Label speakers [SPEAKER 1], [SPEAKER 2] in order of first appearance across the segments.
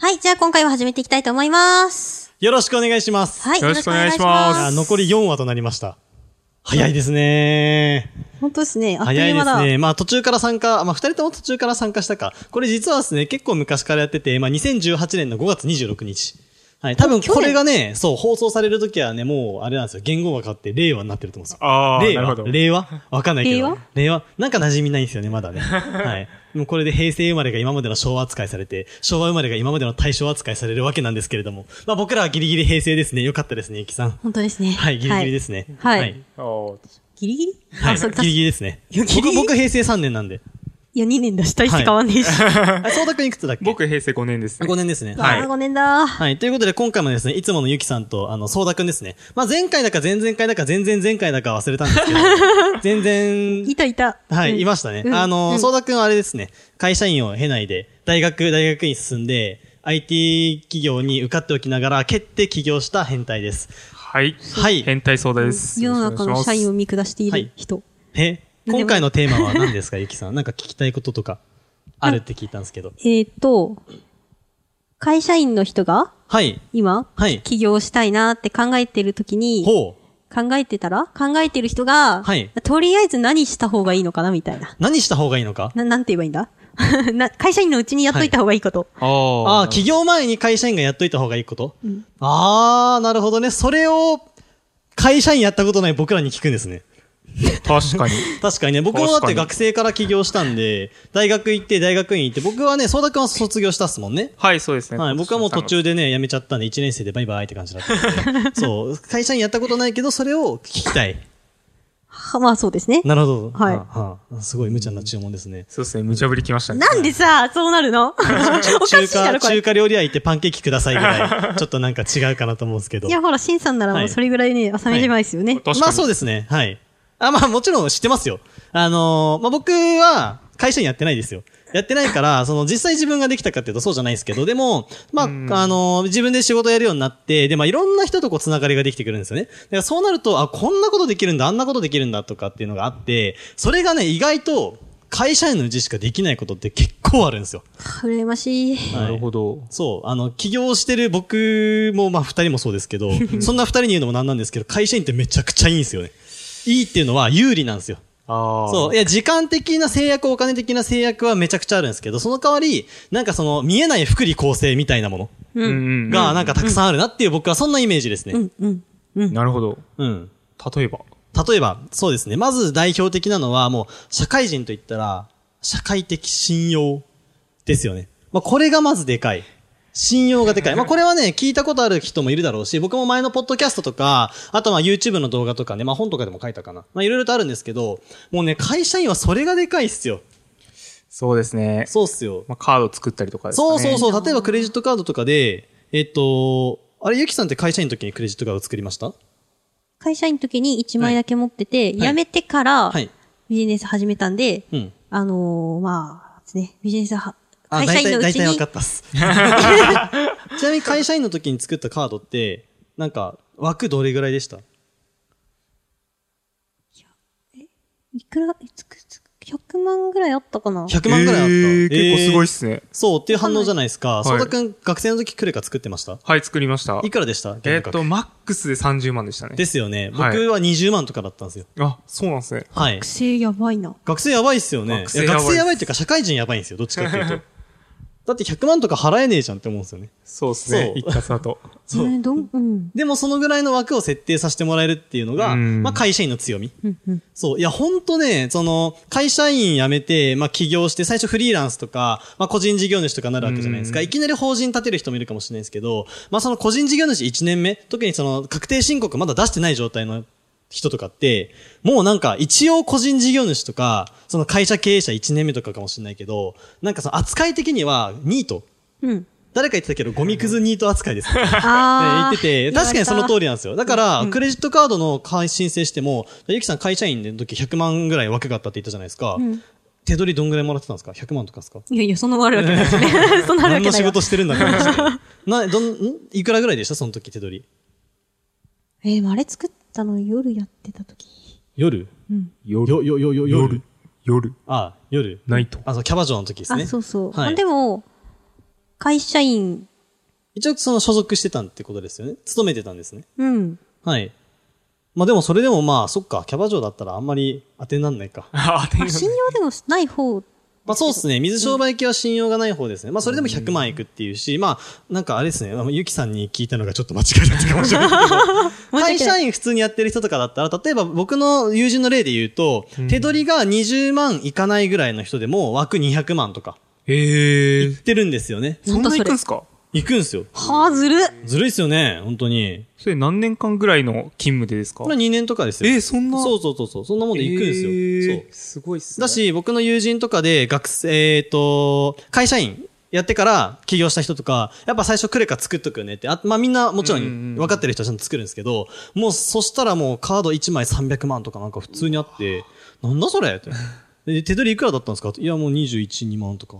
[SPEAKER 1] はい、じゃあ今回は始めていきたいと思います。
[SPEAKER 2] よろしくお願いします。
[SPEAKER 1] はい、
[SPEAKER 3] よろしくお願いしま
[SPEAKER 2] あ
[SPEAKER 3] す
[SPEAKER 2] 残り4話となりました。早いですね。
[SPEAKER 1] 本当ですね。あっと
[SPEAKER 2] 早
[SPEAKER 1] い
[SPEAKER 2] いうで
[SPEAKER 1] 間だ。
[SPEAKER 2] すね。まあ途中から参加、まあ二人とも途中から参加したか。これ実はですね、結構昔からやってて、まあ2018年の5月26日。はい。多分
[SPEAKER 1] 去年
[SPEAKER 2] これがね、そう、放送される時はね、もうあれなんですよ。言語が変わって令和になってると思うんですよ。
[SPEAKER 3] ああ、
[SPEAKER 2] 令
[SPEAKER 3] なるほ
[SPEAKER 2] 和
[SPEAKER 3] ど。
[SPEAKER 2] 令和わかんないけど。
[SPEAKER 1] 令和
[SPEAKER 2] なんか馴染みないんですよね、まだ ね。はい。もうこれで平成生まれが今までの昭和扱いされて、昭和生まれが今までの大正扱いされるわけなんですけれども。まあ僕らはギリギリ平成ですね。よかったですね、ゆきさん。
[SPEAKER 1] 本当ですね。
[SPEAKER 2] はい、ギリギリですね。
[SPEAKER 1] はい
[SPEAKER 2] はい。
[SPEAKER 3] おー
[SPEAKER 1] ギリギリ
[SPEAKER 2] はい
[SPEAKER 1] あ、それ
[SPEAKER 2] ギリギリですね。
[SPEAKER 1] いやギリギ
[SPEAKER 2] 僕、
[SPEAKER 1] リ
[SPEAKER 2] 僕平成3年なん で。
[SPEAKER 1] いや、2年だし、大して変わんねえ し。
[SPEAKER 2] あ、そうたくんいくつだっけ
[SPEAKER 3] 僕、平成5年ですね。
[SPEAKER 2] 5年ですね。
[SPEAKER 1] あ
[SPEAKER 3] はい
[SPEAKER 1] ー、5年だ。
[SPEAKER 2] はい。ということで、今回もですね、いつものゆきさんと、あの、そうだくんですね。まあ、前回だか前々回だか前々前回だか忘れたんです けど、全然、
[SPEAKER 1] いたいた。
[SPEAKER 2] はい、
[SPEAKER 1] うん
[SPEAKER 2] いましたね。
[SPEAKER 1] うん
[SPEAKER 2] あの、
[SPEAKER 1] うん
[SPEAKER 2] 相田くんはあれですね、会社員を経ないで、大学、大学院進んで、IT 企業に受かっておきながら、蹴って起業した変態です。
[SPEAKER 3] はい。
[SPEAKER 2] はい
[SPEAKER 3] 変態相談です。
[SPEAKER 1] 世の中の社員を
[SPEAKER 3] を。
[SPEAKER 1] 見下してい
[SPEAKER 2] は
[SPEAKER 1] る
[SPEAKER 2] い
[SPEAKER 1] 人。
[SPEAKER 2] え今回のテーマは何ですか、ゆ きさん。なんか聞きたいこととか、あるって聞いたんですけど。
[SPEAKER 1] えっと、会社員の人が
[SPEAKER 2] はい。
[SPEAKER 1] 今、
[SPEAKER 2] はい
[SPEAKER 1] 起業したいなって考えてるときに、
[SPEAKER 2] ほう。
[SPEAKER 1] 考えてたら考えてる人が、
[SPEAKER 2] はい
[SPEAKER 1] とりあえず何した方がいいのかなみたいな。
[SPEAKER 2] 何した方がいいのか
[SPEAKER 1] な、なんて言えばいいんだ な会社員のうちにやっといた方がいいこと。
[SPEAKER 3] あ
[SPEAKER 2] あ
[SPEAKER 3] あ、
[SPEAKER 2] あ、
[SPEAKER 3] き
[SPEAKER 2] 起業前に会社員がやっといた方がいいこと、ああ、なるほどね。それを、会社員やったことない僕らに聞くんですね。
[SPEAKER 3] 確かに。
[SPEAKER 2] 確かにね、僕もだっ
[SPEAKER 3] 確か
[SPEAKER 2] て
[SPEAKER 3] に
[SPEAKER 2] 学生から起業したんで、大学行って、大学院行って、僕はね、相田くんは卒業したっすもんね。
[SPEAKER 3] はい、そうですね。
[SPEAKER 2] はい、僕はもう途中でね、辞めちゃったんで、1年生でバイバイって感じだっ たんで。そう、会社員やったことないけど、それを聞きたい。
[SPEAKER 1] はまあそうですね。
[SPEAKER 2] なるほど。
[SPEAKER 1] はい
[SPEAKER 2] はあすごい無茶な注文ですね。
[SPEAKER 3] そうですね、無茶ぶりきましたね。
[SPEAKER 1] なんでさ、そうなる のおかし
[SPEAKER 2] 中
[SPEAKER 1] いだ
[SPEAKER 2] 華、
[SPEAKER 1] ろ、こ
[SPEAKER 2] 中
[SPEAKER 1] れ。
[SPEAKER 2] 華料理屋行ってパンケーキくださいぐらい、ちょっとなんか違うかなと思うんですけど
[SPEAKER 1] い。や、ほら、シンさんならも
[SPEAKER 2] は
[SPEAKER 1] う
[SPEAKER 2] い
[SPEAKER 1] それぐらいね、浅めじまいですよね
[SPEAKER 3] 確。かに。
[SPEAKER 2] まあそうですね。はい。あ、まあもちろん知ってますよ。あのーまあ僕は会社にやってないですよ。やってないから、 その実際自分ができたかっていうとそうじゃないですけど、でも、まあ、あのー自分で仕事やるようになって、で、まあいろんな人とこうつながりができてくるんですよね。だからそうなると、あ、こんなことできるんだ、あんなことできるんだとかっていうのがあって、それがね、意外と会社員のうちしかできないことって結構あるんですよ。
[SPEAKER 1] 羨ましい。
[SPEAKER 3] なるほど。
[SPEAKER 2] そう。あの、起業してる僕も、まあ、二人もそうですけど、そんな二人に言うのもなんなんですけど、会社員ってめちゃくちゃいいんですよね。いいっていうのは有利なんですよ。
[SPEAKER 3] ああ。
[SPEAKER 2] そう。いや、時間的な制約、お金的な制約はめちゃくちゃあるんですけど、その代わり、なんかその、見えない福利厚生みたいなも
[SPEAKER 3] う。うんうん。
[SPEAKER 2] のが、なんかたくさんあるなっていう僕はそんなイメージです
[SPEAKER 1] う
[SPEAKER 2] ね。
[SPEAKER 1] ん、うん、うん。
[SPEAKER 3] なるほど。
[SPEAKER 2] うん。
[SPEAKER 3] 例えば。
[SPEAKER 2] 例えば、そうですね。まず代表的なのは、もう、社会人といったら、社会的信用ですよね。まあ、これがまずでかい。信用がでかい。まあ、これはね、聞いたことある人もいるだろうし、僕も前のポッドキャストとか、あとまあ YouTube の動画とかね、まあ本とかでも書いたかな。まあいろいろとあるんですけど、もうね、会社員はそれがでかいっすよ。
[SPEAKER 3] そうですね。
[SPEAKER 2] そうっすよ。
[SPEAKER 3] まあ、カード作ったりとかですか
[SPEAKER 2] そう
[SPEAKER 3] ね。
[SPEAKER 2] そう
[SPEAKER 3] う。
[SPEAKER 2] そう。例えばクレジットカードとかで、えっと、あれ、ゆきさんって会社員の時にクレジットカード作りました
[SPEAKER 1] 会社員の時に1枚だけ持ってて、辞めてから
[SPEAKER 2] はい、
[SPEAKER 1] ビジネス始めたんで、
[SPEAKER 2] うん。
[SPEAKER 1] あのー、まあ、ですね、ビジネスは、
[SPEAKER 2] あ
[SPEAKER 1] 会社員のう
[SPEAKER 2] 大体、大
[SPEAKER 1] ち
[SPEAKER 2] 体分
[SPEAKER 1] に
[SPEAKER 2] か、ったっ す。ちなみに会社員の時に作ったカードって、なんか、枠どれぐらいでした
[SPEAKER 1] いくら、いつくつく、100万ぐらいあったかな
[SPEAKER 2] 100万ぐらいあった。
[SPEAKER 3] えー結構すご
[SPEAKER 2] え
[SPEAKER 3] いっ
[SPEAKER 2] ー
[SPEAKER 3] すね。
[SPEAKER 2] そうっていう反応じゃないですか。
[SPEAKER 3] い
[SPEAKER 2] 相田くん、学生の時クレカ作ってました
[SPEAKER 3] はい、作りました。
[SPEAKER 2] いくらでした
[SPEAKER 3] えーっと、、マックスで30万でしたね。
[SPEAKER 2] ですよね。僕
[SPEAKER 3] はい
[SPEAKER 2] は20万とかだったんですよ。
[SPEAKER 3] あ、そうなんですね。
[SPEAKER 2] はい
[SPEAKER 1] 学。生やばいな。
[SPEAKER 2] 学生やばいっすよね。
[SPEAKER 3] 学
[SPEAKER 2] い
[SPEAKER 3] 生
[SPEAKER 2] や
[SPEAKER 3] やばいっす
[SPEAKER 2] 学生やばいっていうか、社会人やばいんですよ。どっちかって いうと。だって100万とか払えねえじゃんって思うんですよね。
[SPEAKER 3] そうです
[SPEAKER 2] そう
[SPEAKER 3] ね。一括だと。
[SPEAKER 2] そう
[SPEAKER 1] えーどん、うん。
[SPEAKER 2] でもそのぐらいの枠を設定させてもらえるっていうのが、
[SPEAKER 3] うん
[SPEAKER 2] まあ会社員の強み。
[SPEAKER 1] うんうん
[SPEAKER 2] そう。いや、ほんとね、その、会社員辞めて、まあ起業して、最初フリーランスとか、まあ個人事業主とかなるわけじゃないですか。
[SPEAKER 3] うん
[SPEAKER 2] いきなり法人立てる人もいるかもしれないですけど、まあその個人事業主1年目、特にその確定申告まだ出してない状態の人とかって、もうなんか一応個人事業主とか、その会社経営者1年目とかかもしれないけど、なんかその扱い的にはニート。
[SPEAKER 1] うん。
[SPEAKER 2] 誰か言ってたけど、ゴミくずニート扱いです。ね言
[SPEAKER 1] あー
[SPEAKER 2] ってて、確かにその
[SPEAKER 1] り。
[SPEAKER 2] 通りなんですよ。だから、クレジットカードの会申請しても、ゆきさん会社員の時100万ぐらい枠があったって言ったじゃないですか。
[SPEAKER 1] うん
[SPEAKER 2] 手取りどんぐらいもらってたんですか ?100 万とかですか
[SPEAKER 1] いやいや、そんなのあるわけないです ね。そんなのあるわ
[SPEAKER 2] 何
[SPEAKER 1] け
[SPEAKER 2] の
[SPEAKER 1] な
[SPEAKER 2] 仕
[SPEAKER 1] いわ。
[SPEAKER 2] 事してるんだって話 でな、どん、んいくらぐらいでしたその時手取り。
[SPEAKER 1] えー、でもあれ作ったの夜やってた時。
[SPEAKER 2] 夜
[SPEAKER 1] うん。
[SPEAKER 3] 夜。
[SPEAKER 2] よ、よ、よ、よ、
[SPEAKER 3] 夜
[SPEAKER 2] 夜。。
[SPEAKER 3] 夜。
[SPEAKER 2] ああ、夜。
[SPEAKER 3] ナイト。
[SPEAKER 2] あ、そう、キャバ嬢の時です
[SPEAKER 1] あ、
[SPEAKER 2] ね。
[SPEAKER 1] そうそう。
[SPEAKER 2] はい
[SPEAKER 1] あでも、会社員、
[SPEAKER 2] 一応その所属してたってことですよね。勤めてたんですね。
[SPEAKER 1] うん。
[SPEAKER 2] はい。まあでもそれでもまあ、そっか、キャバ嬢だったらあんまり当てになんないか。
[SPEAKER 3] あ、
[SPEAKER 1] まあ信用でもない方、
[SPEAKER 2] まあそうですね。水商売系は信用がない方ですね。まあそれでも100万いくっていうし、まあなんかあれですね。あのゆきさんに聞いたのがちょっと間違いだったかもし れないけど。会社員普通にやってる人とかだったら、例えば僕の友人の例で言うと、手取りが20万いかないぐらいの人でも枠200万とか
[SPEAKER 3] ええ
[SPEAKER 2] 言っ。てるんですよね。
[SPEAKER 3] そんな行くんすか
[SPEAKER 2] 行くんですよ。
[SPEAKER 1] はあ、ずる
[SPEAKER 2] ずるいっすよね。本当に。
[SPEAKER 3] それ何年間ぐらいの勤務でですか
[SPEAKER 2] これ2年とかですよ。
[SPEAKER 3] えーそんな
[SPEAKER 2] そうそうそうそう。そんなもんで行くんですよ。そう
[SPEAKER 3] えーすごいっすね。
[SPEAKER 2] だし、僕の友人とかで学生、えっ、と、会社員やってから起業した人とか、やっぱ最初クレカ作っとくよねって、あまあみんなもちろ
[SPEAKER 3] うんうんうん
[SPEAKER 2] ん分かってる人はちゃんと作るんですけど、もうそしたらもうカード1枚300万とかなんか普通にあって、なんだそれって。で手取りいくらだったんですかいやもう21、2万とか。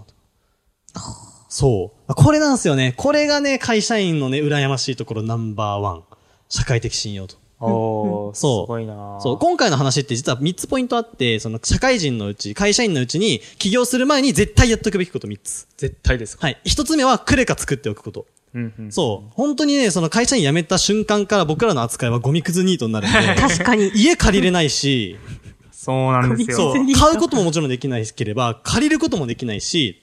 [SPEAKER 2] そう。あこれなんですよね。これがね、会社員のね、羨ましいところナンバーワン。社会的信用と。
[SPEAKER 3] あー、す
[SPEAKER 2] そう
[SPEAKER 3] ごいな
[SPEAKER 2] そう、今回の話って実は3つポイントあって、その社会人のうち、会社員のうちに起業する前に絶対やっとくべきこと3つ。
[SPEAKER 3] 絶対ですか
[SPEAKER 2] はい。1つ目はクレカ作っておくこと。
[SPEAKER 3] うんうん。
[SPEAKER 2] そう。本当にね、その会社員辞めた瞬間から僕らの扱いはゴミくずニートになるん で。
[SPEAKER 1] 確か に。
[SPEAKER 2] 家借りれないし、
[SPEAKER 3] そうなんです
[SPEAKER 2] そ
[SPEAKER 3] よ。
[SPEAKER 2] う
[SPEAKER 1] ニー、ト
[SPEAKER 2] 買うことももちろんできないければ、借りることもできないし、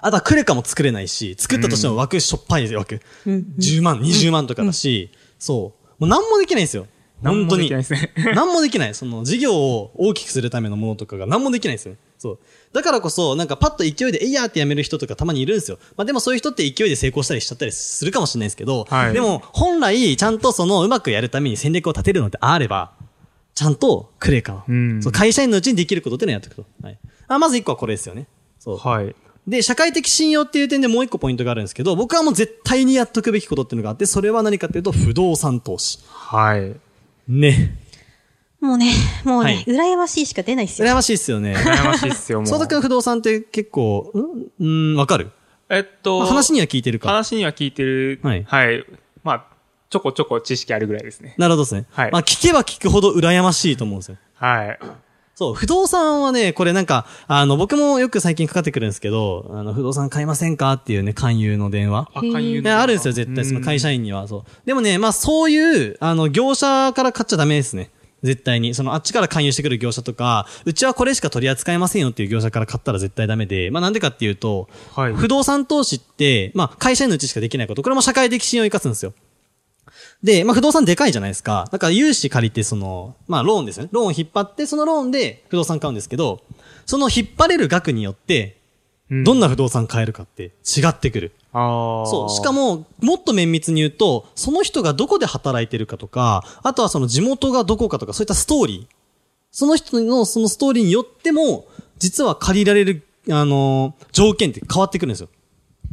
[SPEAKER 2] あとはクレカも作れないし、作ったとしても枠しょっぱい枠。
[SPEAKER 1] うん。
[SPEAKER 2] 10万、20万とかだし、そう。もう何もできないんですよ。
[SPEAKER 3] 何
[SPEAKER 2] 本
[SPEAKER 3] も
[SPEAKER 2] 当
[SPEAKER 3] で
[SPEAKER 2] に
[SPEAKER 3] きない。ですね。
[SPEAKER 2] 何もできない。その、事業を大きくするためのものとかが何もできないんですよね。そう。だからこそ、なんかパッと勢いで、えいやーってやめる人とかたまにいるんですよ。まあでもそういう人って勢いで成功したりしちゃったりするかもしれないですけど、
[SPEAKER 3] はい
[SPEAKER 2] でも本来、ちゃんとその、うまくやるために戦略を立てるのってあれば、ちゃんとクレカを、
[SPEAKER 3] うん
[SPEAKER 2] そう会社員のうちにできることっていうのをやっていくと。はい。あ、まず一個はこれですよね。そう。
[SPEAKER 3] はい。
[SPEAKER 2] で、社会的信用っていう点でもう一個ポイントがあるんですけど、僕はもう絶対にやっとくべきことっていうのがあって、それは何かっていうと、不動産投資。
[SPEAKER 3] はい。
[SPEAKER 2] ね。
[SPEAKER 1] もうね、もうね、羨ましいしか出ないっすよ。
[SPEAKER 2] 羨ましいっす よね。
[SPEAKER 3] 悩ましい っすよ、もう。
[SPEAKER 2] 相田君不動産って結構、んうん、わかる
[SPEAKER 3] えっと、
[SPEAKER 2] 話には聞いてるか。
[SPEAKER 3] 話には聞いてる。
[SPEAKER 2] はい
[SPEAKER 3] はい。まあ、ちょこちょこ知識あるぐらいですね。
[SPEAKER 2] なるほどですね。
[SPEAKER 3] はい
[SPEAKER 2] まあ聞けば聞くほど羨ましいと思うんですよ。
[SPEAKER 3] はい。
[SPEAKER 2] そう、不動産はね、これなんか、あの、僕もよく最近かかってくるんですけど、あの、不動産買いませんかっていうね、勧誘の電話。
[SPEAKER 3] 若い
[SPEAKER 2] ねあるんですよ、絶対。その会社員には。そう。でもね、まあそういう、あの、業者から買っちゃダメですね。絶対に。その、あっちから勧誘してくる業者とか、うちはこれしか取り扱えませんよっていう業者から買ったら絶対ダメで、まあなんでかっていうと、
[SPEAKER 3] はい。
[SPEAKER 2] 不動産投資って、まあ、会社員のうちしかできないこと。これも社会的信用を生かすんですよ。で、まあ、不動産でかいじゃないですか。だから、融資借りて、その、まあ、ローンですよね。ローンを引っ張って、そのローンで不動産買うんですけど、その引っ張れる額によって、
[SPEAKER 3] うん
[SPEAKER 2] どんな不動産買えるかって違ってくる。
[SPEAKER 3] ああ。
[SPEAKER 2] そう。しか、も、もっと綿密に言うと、その人がどこで働いてるかとか、あとはその地元がどこかとか、そういったストーリー。その人のそのストーリーによっても、実は借りられる、あのー条件って変わってくるんですよ。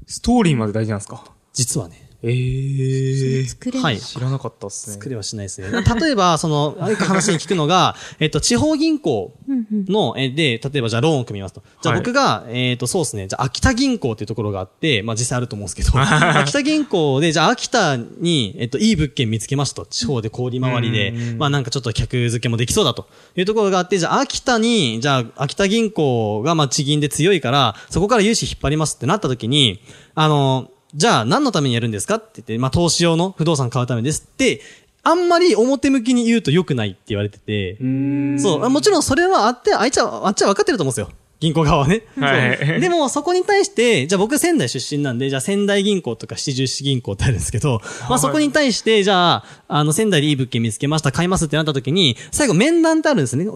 [SPEAKER 3] ストーリーまで大事なんですか
[SPEAKER 2] 実はね。
[SPEAKER 3] ええ。
[SPEAKER 1] 作れ
[SPEAKER 2] は
[SPEAKER 1] ないい。
[SPEAKER 3] 知らなかったっすね。
[SPEAKER 2] 作れはしないですね。例えば、その、よく話に聞くのが、えっと、地方銀行
[SPEAKER 1] うんうん。
[SPEAKER 2] の、えで、例えばじゃあローンを組みますと。じゃあ
[SPEAKER 3] はい
[SPEAKER 2] 僕が、えっと、そうですね。じゃあ秋田銀行っていうところがあって、まあ実際あると思うんですけ ど、秋田銀行で、じゃあ秋田に、えっと、いい物件見つけますと。地方で氷回りで
[SPEAKER 3] うんうんう、ん
[SPEAKER 2] まあなんかちょっと客付けもできそうだというところがあって、じゃあ秋田に、じゃあ秋田銀行がまあ地銀で強いから、そこから融資引っ張りますってなった時に、あの、じゃあ何のためにやるんですかって言って、まあ投資用の不動産買うためですって、あんまり表向きに言うと良くないって言われてて、そう、もちろんそれはあって、あいつは、あっちは分かってると思うんですよ。銀行側はね。
[SPEAKER 3] はい
[SPEAKER 2] そうでも、そこに対して、じゃあ僕仙台出身なんで、じゃあ仙台銀行とか七十四銀行ってあるんですけど、まあそこに対して、じゃあ、あの仙台でいい物件見つけました、買いますってなった時に、最後面談ってあるんですね。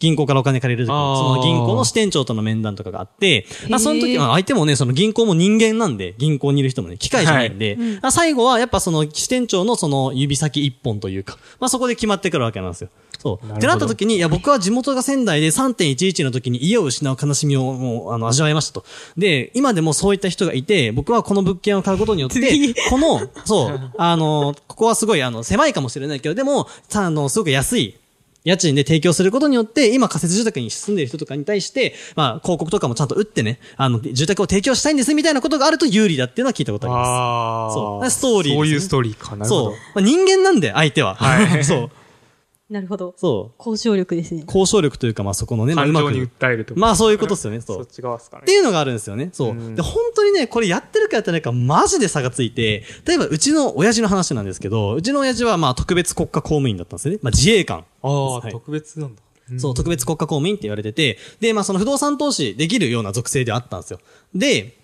[SPEAKER 2] 銀行からお金借りるとき
[SPEAKER 3] あー
[SPEAKER 2] その銀行の支店長との面談とかがあって、
[SPEAKER 4] へー
[SPEAKER 2] あその時は相手もね、その銀行も人間なんで、銀行にいる人もね、機械じゃないんで、あ最後はやっぱその支店長のその指先一本というか、まあそこで決まってくるわけなんですよ。そう。ってなった時に、いや僕は地元が仙台で3.11の時に家を失う悲しみをもうあの味わいましたと。で、今でもそういった人がいて、僕はこの物件を買うことによって、この、 そう、あの、ここはすごいあの狭いかもしれないけど、でも、さあの、すごく安い家賃で提供することによって、今仮設住宅に住んでる人とかに対して、まあ、広告とかもちゃんと打ってね、あの、住宅を提供したいんですみたいなことがあると有利だっていうのは聞いたことあります。
[SPEAKER 3] あー
[SPEAKER 2] そうストーリーですね
[SPEAKER 3] そういうストーリーかな。
[SPEAKER 2] そう
[SPEAKER 3] る。
[SPEAKER 2] まあ、人間なんで、相手は。
[SPEAKER 3] はい
[SPEAKER 2] そう。
[SPEAKER 1] なるほど。
[SPEAKER 2] そう。
[SPEAKER 1] 交渉力ですね。
[SPEAKER 2] 交渉力というか、まあ、そこのね、
[SPEAKER 3] ほど。
[SPEAKER 2] まあ、う
[SPEAKER 3] 感
[SPEAKER 2] ま
[SPEAKER 3] 情に
[SPEAKER 2] く。
[SPEAKER 3] 訴えるとか
[SPEAKER 2] まあ、そういうことですよね、そ
[SPEAKER 3] そうっ。ち側ですかね
[SPEAKER 2] って。いうのがあるんですよね。そうう。
[SPEAKER 3] ん
[SPEAKER 2] で、本当にね、これやってるかやってないか、マジで差がついて、例えば、うちの親父の話なんですけど、うちの親父は、まあ、特別国家公務員だったんですよね。まあ、自衛官。
[SPEAKER 3] あ
[SPEAKER 2] は
[SPEAKER 3] あ、
[SPEAKER 2] い
[SPEAKER 3] 特別なんだ。
[SPEAKER 2] そう、特別国家公務員って言われてて、で、まあその不動産投資できるような属性ではあったんですよ。で、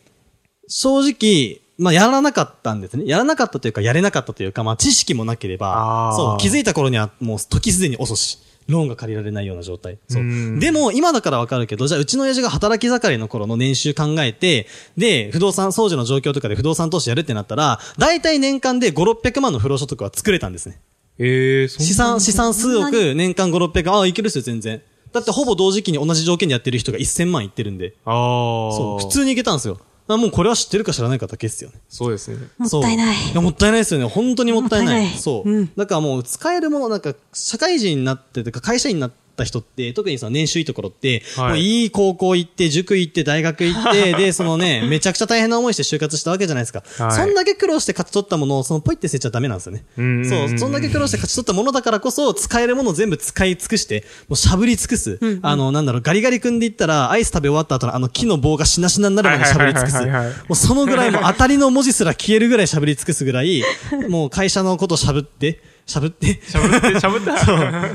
[SPEAKER 2] 正直、まあやらなかったんですね。やらなかったというか、やれなかったというか、まあ知識もなければ
[SPEAKER 3] あ、ー
[SPEAKER 2] そう、気づいた頃にはもう時すでに遅し。ローンが借りられないような状態。そうう。
[SPEAKER 3] ん
[SPEAKER 2] でも、今だからわかるけど、じゃあ、うちの親父が働き盛りの頃の年収考えて、で、不動産、掃除の状況とかで不動産投資やるってなったら、大体年間で5、600万の不労所得は作れたんですね。
[SPEAKER 3] ええ、そ
[SPEAKER 2] 資
[SPEAKER 3] ん
[SPEAKER 2] 産、資産数億、年間5、600、ああ、いけるっすよ、全然。だってほぼ同時期に同じ条件でやってる人が1000万いってるんで。
[SPEAKER 3] な。ああ。
[SPEAKER 2] そう、普。通にいけたんですよ。あもうこれは知ってるか知らないかだけっすよね。
[SPEAKER 3] そうですね。
[SPEAKER 1] もっ
[SPEAKER 2] そう
[SPEAKER 1] たいない。
[SPEAKER 2] や、もったいないですよね。本当にもったいない。
[SPEAKER 1] もったいない
[SPEAKER 2] そう、
[SPEAKER 1] うん
[SPEAKER 2] だからもう使えるもの、なんか、社会人になってとか、会社員になった人って、特にその年収いいところって、い、
[SPEAKER 3] はい
[SPEAKER 2] もういい高校行って、塾行って、大学行 って、で、そのね、めちゃくちゃ大変な思いして就活したわけじゃないですか。
[SPEAKER 3] はい
[SPEAKER 2] そんだけ苦労して勝ち取ったものを、そのポイって捨てちゃダメなんですよね。
[SPEAKER 3] うん
[SPEAKER 2] そう、そんだけ苦労して勝ち取ったものだからこそ、使えるものを全部使い尽くして、もうしゃぶり尽くす。あの、なんだろう、ガリガリ組んでいったら、アイス食べ終わった後のあの木の棒がしなしなになるまでしゃぶり尽くす。
[SPEAKER 3] はいはいはいはいはい
[SPEAKER 2] もうそのぐらい、もう当たりの文字すら消えるぐらいしゃぶり尽くすぐらい、もう会社のことしゃぶって、しゃぶって、
[SPEAKER 3] しゃぶって、しゃぶっ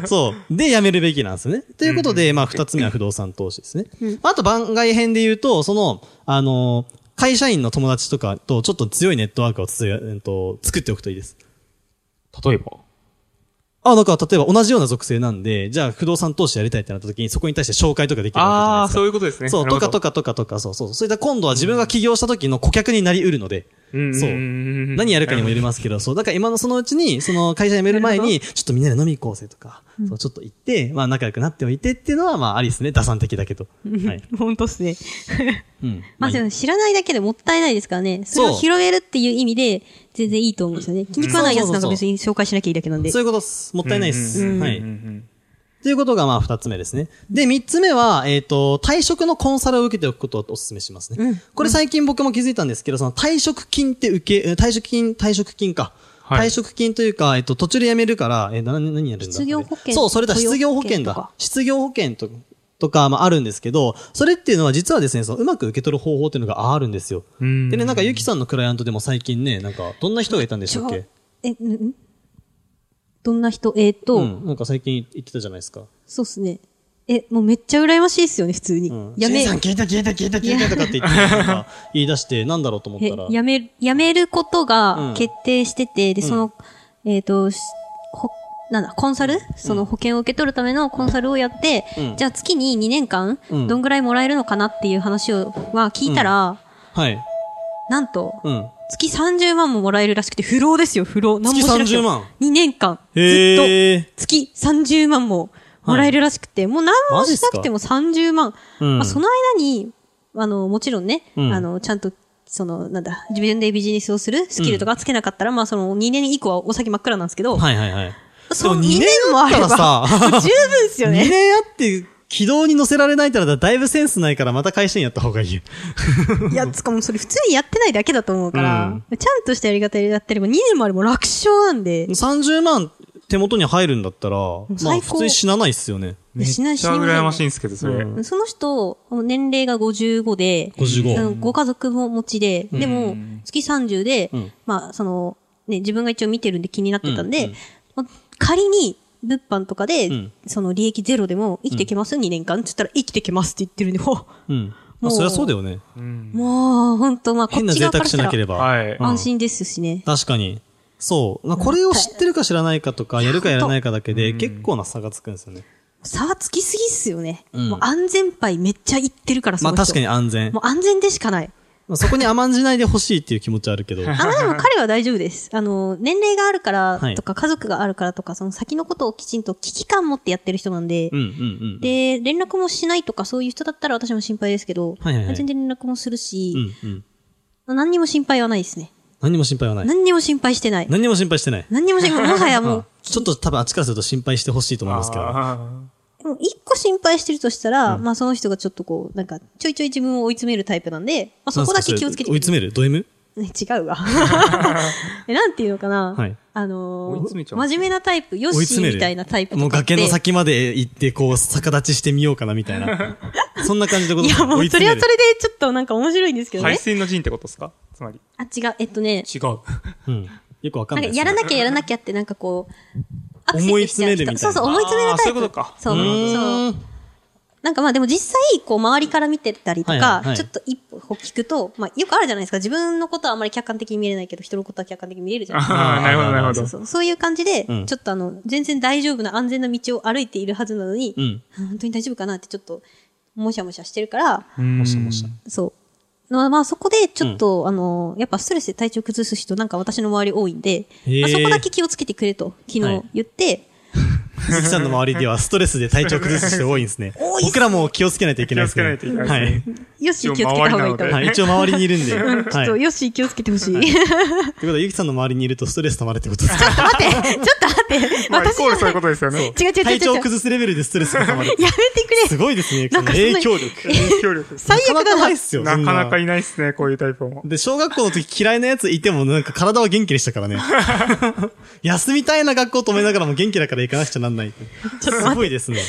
[SPEAKER 3] て。
[SPEAKER 2] そう。で、やめるべきなんですね。ということで、まあ、二つ目は不動産投資ですね。あと、番外編で言うと、その、あの、会社員の友達とかと、ちょっと強いネットワークをつ、えっと、作っておくといいです。
[SPEAKER 3] 例えば。
[SPEAKER 2] あ、だから、例えば同じような属性なんで、じゃあ、不動産投資やりたいってなった時に、そこに対して紹介とかできる
[SPEAKER 3] あ
[SPEAKER 2] わ
[SPEAKER 3] あ、
[SPEAKER 2] けじゃないですか。
[SPEAKER 3] そういうことですね。
[SPEAKER 2] そう、とかと
[SPEAKER 3] か。
[SPEAKER 2] かとかとか、そうそう。それで今度は自分が起業した時の顧客になり得るので、そ
[SPEAKER 3] そ。
[SPEAKER 2] ううん何やるかにもよりますけど、そう、だから今のそのうちに、その会社辞める前に、ちょっとみんなで飲み行こうぜとか、そう、ちょっと行って、まあ仲良くなっておいてっていうのは、まあありですね。打算的だけど。はい。
[SPEAKER 1] 本当っすね。
[SPEAKER 2] うん。
[SPEAKER 1] まあでも知らないだけでもったいないですからね。それを
[SPEAKER 2] そう
[SPEAKER 1] 拾えるっていう意味で、全然いいと思うんですよね。気に食わないやつなんか別に紹介しなきゃいいだけなんで。
[SPEAKER 2] そういうことっす。もったいないっす。
[SPEAKER 1] うん
[SPEAKER 2] はい。
[SPEAKER 3] い。
[SPEAKER 2] ということが、まあ、二つ目ですね。で、三つ目は、えっ、と、退職のコンサルを受けておくことをお勧めしますね。
[SPEAKER 1] うん
[SPEAKER 2] これ最近僕も気づいたんですけど、その退職金って受け、えー退職金、退職金か。
[SPEAKER 3] はい
[SPEAKER 2] 退職金というか、えっ、と、途中で辞めるから、えー、な何何やるんだ
[SPEAKER 1] 失業保険
[SPEAKER 2] そう、それだ、
[SPEAKER 1] 雇用
[SPEAKER 2] 失業保険
[SPEAKER 1] 保険と
[SPEAKER 2] だ
[SPEAKER 1] か。
[SPEAKER 2] 失業保険ととか、まあ、あるんですけど、それっていうのは実はですね、そのうまく受け取る方法っていうのがあるんですよ。
[SPEAKER 3] う
[SPEAKER 2] で
[SPEAKER 3] ん
[SPEAKER 2] ね、なんかゆきさんのクライアントでも最近ね、なんか、どんな人がいたんでしたっけ
[SPEAKER 1] え、んんどんな人えーっと、
[SPEAKER 2] うん、なんか最近言ってたじゃないですか。
[SPEAKER 1] そうっすね。え、もうめっちゃ羨ましいっすよね、普通に。
[SPEAKER 2] うん
[SPEAKER 1] や
[SPEAKER 2] シ
[SPEAKER 1] め
[SPEAKER 2] ン、さん聞いた聞いた聞いた聞いたとかって言って、なんか言い出して、なんだろうと思っ
[SPEAKER 1] え
[SPEAKER 2] たら。
[SPEAKER 1] やめ、やめること
[SPEAKER 2] うん
[SPEAKER 1] が決定してて、で、
[SPEAKER 2] うん
[SPEAKER 1] その、えっ、と、しほ、なんだ、コンサル、その保険を受け取るためのコンサルをやって、
[SPEAKER 2] うん
[SPEAKER 1] じゃあ月に2年間、
[SPEAKER 2] うん
[SPEAKER 1] どんぐらいもらえるのかなっていう話を、は聞いたら、
[SPEAKER 2] はい。
[SPEAKER 1] なんと、
[SPEAKER 2] うん。
[SPEAKER 1] 月30万ももらえるらしくて、不労ですよ、不労。なんもしなくて
[SPEAKER 2] 月30
[SPEAKER 1] も
[SPEAKER 2] 万
[SPEAKER 1] ?2 年間、ずっ
[SPEAKER 2] へえ。
[SPEAKER 1] と、月30万ももらえるらしくて、もう何もしなくても30万。
[SPEAKER 2] うん
[SPEAKER 1] まあ、その間に、あの、もちろんね、
[SPEAKER 2] うん
[SPEAKER 1] あの、ちゃんと、その、なんだ、自分でビジネスをするスキルとかつけなかったら、まあ、その2年以降はお先真っ暗なんですけど、
[SPEAKER 2] はいはいはい。
[SPEAKER 1] その2
[SPEAKER 2] でも二
[SPEAKER 1] 年
[SPEAKER 2] 年
[SPEAKER 1] もあれば、
[SPEAKER 2] あったらさ
[SPEAKER 1] もう十分ですよ
[SPEAKER 2] 2
[SPEAKER 1] ね。
[SPEAKER 2] 年あって、軌道に乗せられないってなったらだいぶセンスないからまた会社員やった方がいい。
[SPEAKER 1] いや、つかもうそれ普通にやってないだけだと思うから、
[SPEAKER 2] う
[SPEAKER 1] ちゃんとしたやり方でやってれば2年もあれば楽勝なんで、
[SPEAKER 2] 30万手元に入るんだったら、まあ
[SPEAKER 1] 最高
[SPEAKER 2] 普通に死なないっすよね。
[SPEAKER 1] いやしないしない
[SPEAKER 3] めっちゃ羨ましいんですけど、それ。
[SPEAKER 2] う
[SPEAKER 1] その人、年齢が55で、
[SPEAKER 2] 55
[SPEAKER 1] あのご家族もお持ちで、でも、月30で、
[SPEAKER 2] ん
[SPEAKER 1] まあ、その、ね、自分が一応見てるんで気になってたんで、
[SPEAKER 2] うんうん
[SPEAKER 1] まあ仮に、物販とかで、
[SPEAKER 2] ん
[SPEAKER 1] その利益ゼロでも生きていけます ?2 年間って言ったら生きていけますって言ってるんで、ほ
[SPEAKER 2] うん。
[SPEAKER 1] も
[SPEAKER 2] ま
[SPEAKER 1] う
[SPEAKER 2] あそりゃそうだよね。
[SPEAKER 3] うん
[SPEAKER 1] もう、ほんと、まあ、こ
[SPEAKER 2] 変
[SPEAKER 1] っ
[SPEAKER 2] な
[SPEAKER 1] ち
[SPEAKER 2] 贅
[SPEAKER 1] 側か
[SPEAKER 2] 沢
[SPEAKER 1] らし
[SPEAKER 2] したな
[SPEAKER 1] ら
[SPEAKER 2] ければ。
[SPEAKER 3] はい
[SPEAKER 2] うん
[SPEAKER 1] 安心ですしね。
[SPEAKER 2] 確かに。そう。まあこれを知ってるか知らないかとか、やるかやらないかだけで、結構な差がつくんですよね。
[SPEAKER 1] 差つきすぎっすよね。
[SPEAKER 2] うん
[SPEAKER 1] もう安全牌めっちゃ言ってるから、そ
[SPEAKER 2] ま
[SPEAKER 1] の
[SPEAKER 2] あ
[SPEAKER 1] 人
[SPEAKER 2] 確かに安全。
[SPEAKER 1] もう安全でしかない。
[SPEAKER 2] まあ、そこに甘んじないでほしいっていう気持ちはあるけ ど。
[SPEAKER 1] あ、まあでも彼は大丈夫です。あの、年齢があるから
[SPEAKER 2] はい
[SPEAKER 1] とか、家族があるからとか、その先のことをきちんと危機感持ってやってる人なんで
[SPEAKER 2] うん、うんうん。
[SPEAKER 1] で、連絡もしないとかそういう人だったら私も心配ですけど、
[SPEAKER 2] はいはいはい
[SPEAKER 1] 全然連絡もする
[SPEAKER 2] う
[SPEAKER 1] し、
[SPEAKER 2] んうん。
[SPEAKER 1] 何にも心配はないですね。
[SPEAKER 2] 何にも心配はない。
[SPEAKER 1] 何にも心配してない。
[SPEAKER 2] 何にも心配してない。
[SPEAKER 1] 何にも心 配、もはやもう、
[SPEAKER 2] ちょっと多分あっちからすると心配してほしいと思いますけど。
[SPEAKER 3] あ
[SPEAKER 1] でも一個心配してるとしたら、まあその人がちょっとこう、なんか、ちょいちょい自分を追い詰めるタイプなんで、まあそこだけ気をつけて
[SPEAKER 2] 追い詰
[SPEAKER 1] め
[SPEAKER 2] めるド M?
[SPEAKER 1] 違 うわ。えなんていうのかな、
[SPEAKER 2] はい
[SPEAKER 1] あの
[SPEAKER 3] 追い
[SPEAKER 1] ー
[SPEAKER 3] 詰めちゃう
[SPEAKER 1] 真面目なタイプ、ヨ
[SPEAKER 2] 追
[SPEAKER 1] ッ
[SPEAKER 2] い
[SPEAKER 1] シ
[SPEAKER 2] 詰め
[SPEAKER 1] ー
[SPEAKER 2] る
[SPEAKER 1] みたいなタイプとか
[SPEAKER 2] もう
[SPEAKER 1] って
[SPEAKER 2] 崖の先まで行って、こう、逆立ちしてみようかなみたい な。そんな感じのこと
[SPEAKER 1] いやも
[SPEAKER 2] 追
[SPEAKER 1] うそ
[SPEAKER 2] 詰
[SPEAKER 1] れ
[SPEAKER 2] め
[SPEAKER 1] は
[SPEAKER 2] る
[SPEAKER 1] それでちょっとなんか面白いんですけどね
[SPEAKER 3] 排。水の陣ってことですかつまり。
[SPEAKER 1] あ、違う。えっとね、
[SPEAKER 3] 違う。
[SPEAKER 2] うん。よくわかん
[SPEAKER 1] なんか
[SPEAKER 2] ないですね。
[SPEAKER 1] やらなきゃやらなきゃってなんかこう、アクセスしちゃう
[SPEAKER 2] 思い詰めるみたい
[SPEAKER 1] 人。
[SPEAKER 2] な
[SPEAKER 1] そうそう、思い詰めるタイプ。
[SPEAKER 3] あーそういうことか
[SPEAKER 1] そう
[SPEAKER 2] う
[SPEAKER 1] そ
[SPEAKER 2] ー
[SPEAKER 1] う。
[SPEAKER 2] ん。
[SPEAKER 1] なんかまあでも実際、こう周りから見てたりとか、
[SPEAKER 2] はいはいはい
[SPEAKER 1] ちょっと一歩こう聞くと、まあよくあるじゃないですか。自分のことはあまり客観的に見れないけど、人のことは客観的に見れるじゃないですか。
[SPEAKER 3] ああ、なるほど、なるほ
[SPEAKER 1] そう
[SPEAKER 3] ど。
[SPEAKER 1] そうそういう感じで、
[SPEAKER 2] うん
[SPEAKER 1] ちょっとあの、全然大丈夫な安全な道を歩いているはずなのに、
[SPEAKER 2] うん。
[SPEAKER 1] 本当に大丈夫かなってちょっと、もしゃもしゃしてるから、
[SPEAKER 3] も
[SPEAKER 2] しもし。
[SPEAKER 1] そう。まあ、まあそこでちょっと、あの、やっぱストレスで体調崩す人なんか私の周り多いんで、
[SPEAKER 2] へえ
[SPEAKER 1] まあ、そこだけ気をつけてくれと昨
[SPEAKER 2] はい
[SPEAKER 1] 日言って、
[SPEAKER 2] 鈴木さんの周りではストレスで体調崩す人多いんで すね。僕らも気をつけないといけないですね。
[SPEAKER 3] 気をつけないといけないです
[SPEAKER 1] よし、気をつけた方がいいと
[SPEAKER 3] 一
[SPEAKER 1] 思う。
[SPEAKER 2] は
[SPEAKER 3] 応周りなので
[SPEAKER 2] い。はい。一応周りにいるん で。はい。
[SPEAKER 1] ちょっと、
[SPEAKER 2] という
[SPEAKER 1] よし、気をつけてほしい。
[SPEAKER 2] ことは、ゆきさんの周りにいるとストレス溜まるってことですか
[SPEAKER 1] 待って、 ちょっと待って。
[SPEAKER 3] まあ、イ
[SPEAKER 1] 私
[SPEAKER 3] コールそういう
[SPEAKER 1] の
[SPEAKER 3] ことです よね。
[SPEAKER 1] 違う違う違う違う。
[SPEAKER 2] 体調崩すレベルでストレスが溜 まる。
[SPEAKER 1] やめてく
[SPEAKER 2] す
[SPEAKER 1] れ。
[SPEAKER 2] ごいですね。
[SPEAKER 1] なんか
[SPEAKER 2] そ
[SPEAKER 1] そ
[SPEAKER 2] の
[SPEAKER 1] んな
[SPEAKER 2] 影響力。
[SPEAKER 3] 影響力。
[SPEAKER 1] 最悪
[SPEAKER 2] なかな
[SPEAKER 1] だ
[SPEAKER 2] かない
[SPEAKER 1] な
[SPEAKER 2] っ。すよ。
[SPEAKER 3] なかなか
[SPEAKER 2] そん
[SPEAKER 3] いないですね、こういうタイプも。
[SPEAKER 2] で、小学校の時嫌いなやついても、なんか体は元気でしたから ね。休みたいな学校止めながらも元気だから行かなくちゃなんない。すごいですね。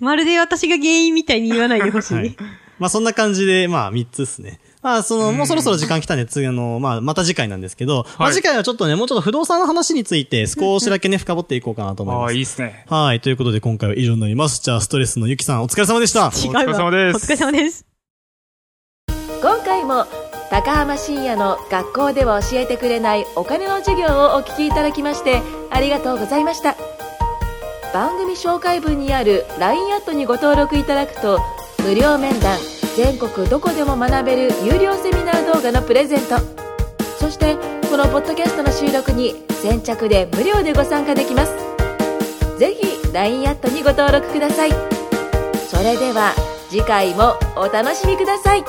[SPEAKER 1] まるで私が原因みたいに言わないでほしい。
[SPEAKER 2] はい。まあそんな感じで、まあ3つですね。まあその、もうそろそろ時間来たんで、次あの、まあまた次回なんですけど、まあ次回はちょっとね、もうちょっと不動産の話について少しだけね、深掘っていこうかなと思い
[SPEAKER 3] あ
[SPEAKER 2] ま
[SPEAKER 3] あ、
[SPEAKER 2] す。
[SPEAKER 3] いいですね。
[SPEAKER 2] はい。ということで今回は以上になります。じゃあストレスのゆきさんお疲れ様でした。
[SPEAKER 1] 違う
[SPEAKER 3] お疲れ様
[SPEAKER 1] わ。
[SPEAKER 3] です
[SPEAKER 1] お疲れ様です。
[SPEAKER 4] 今回も高浜深也の学校では教えてくれないお金の授業をお聞きいただきましてありがとうございました番組紹介文にある LINE アットにご登録いただくと無料面談全国どこでも学べる有料セミナー動画のプレゼントそしてこのポッドキャストの収録に先着で無料でご参加できますぜひ LINE アットにご登録くださいそれでは次回もお楽しみください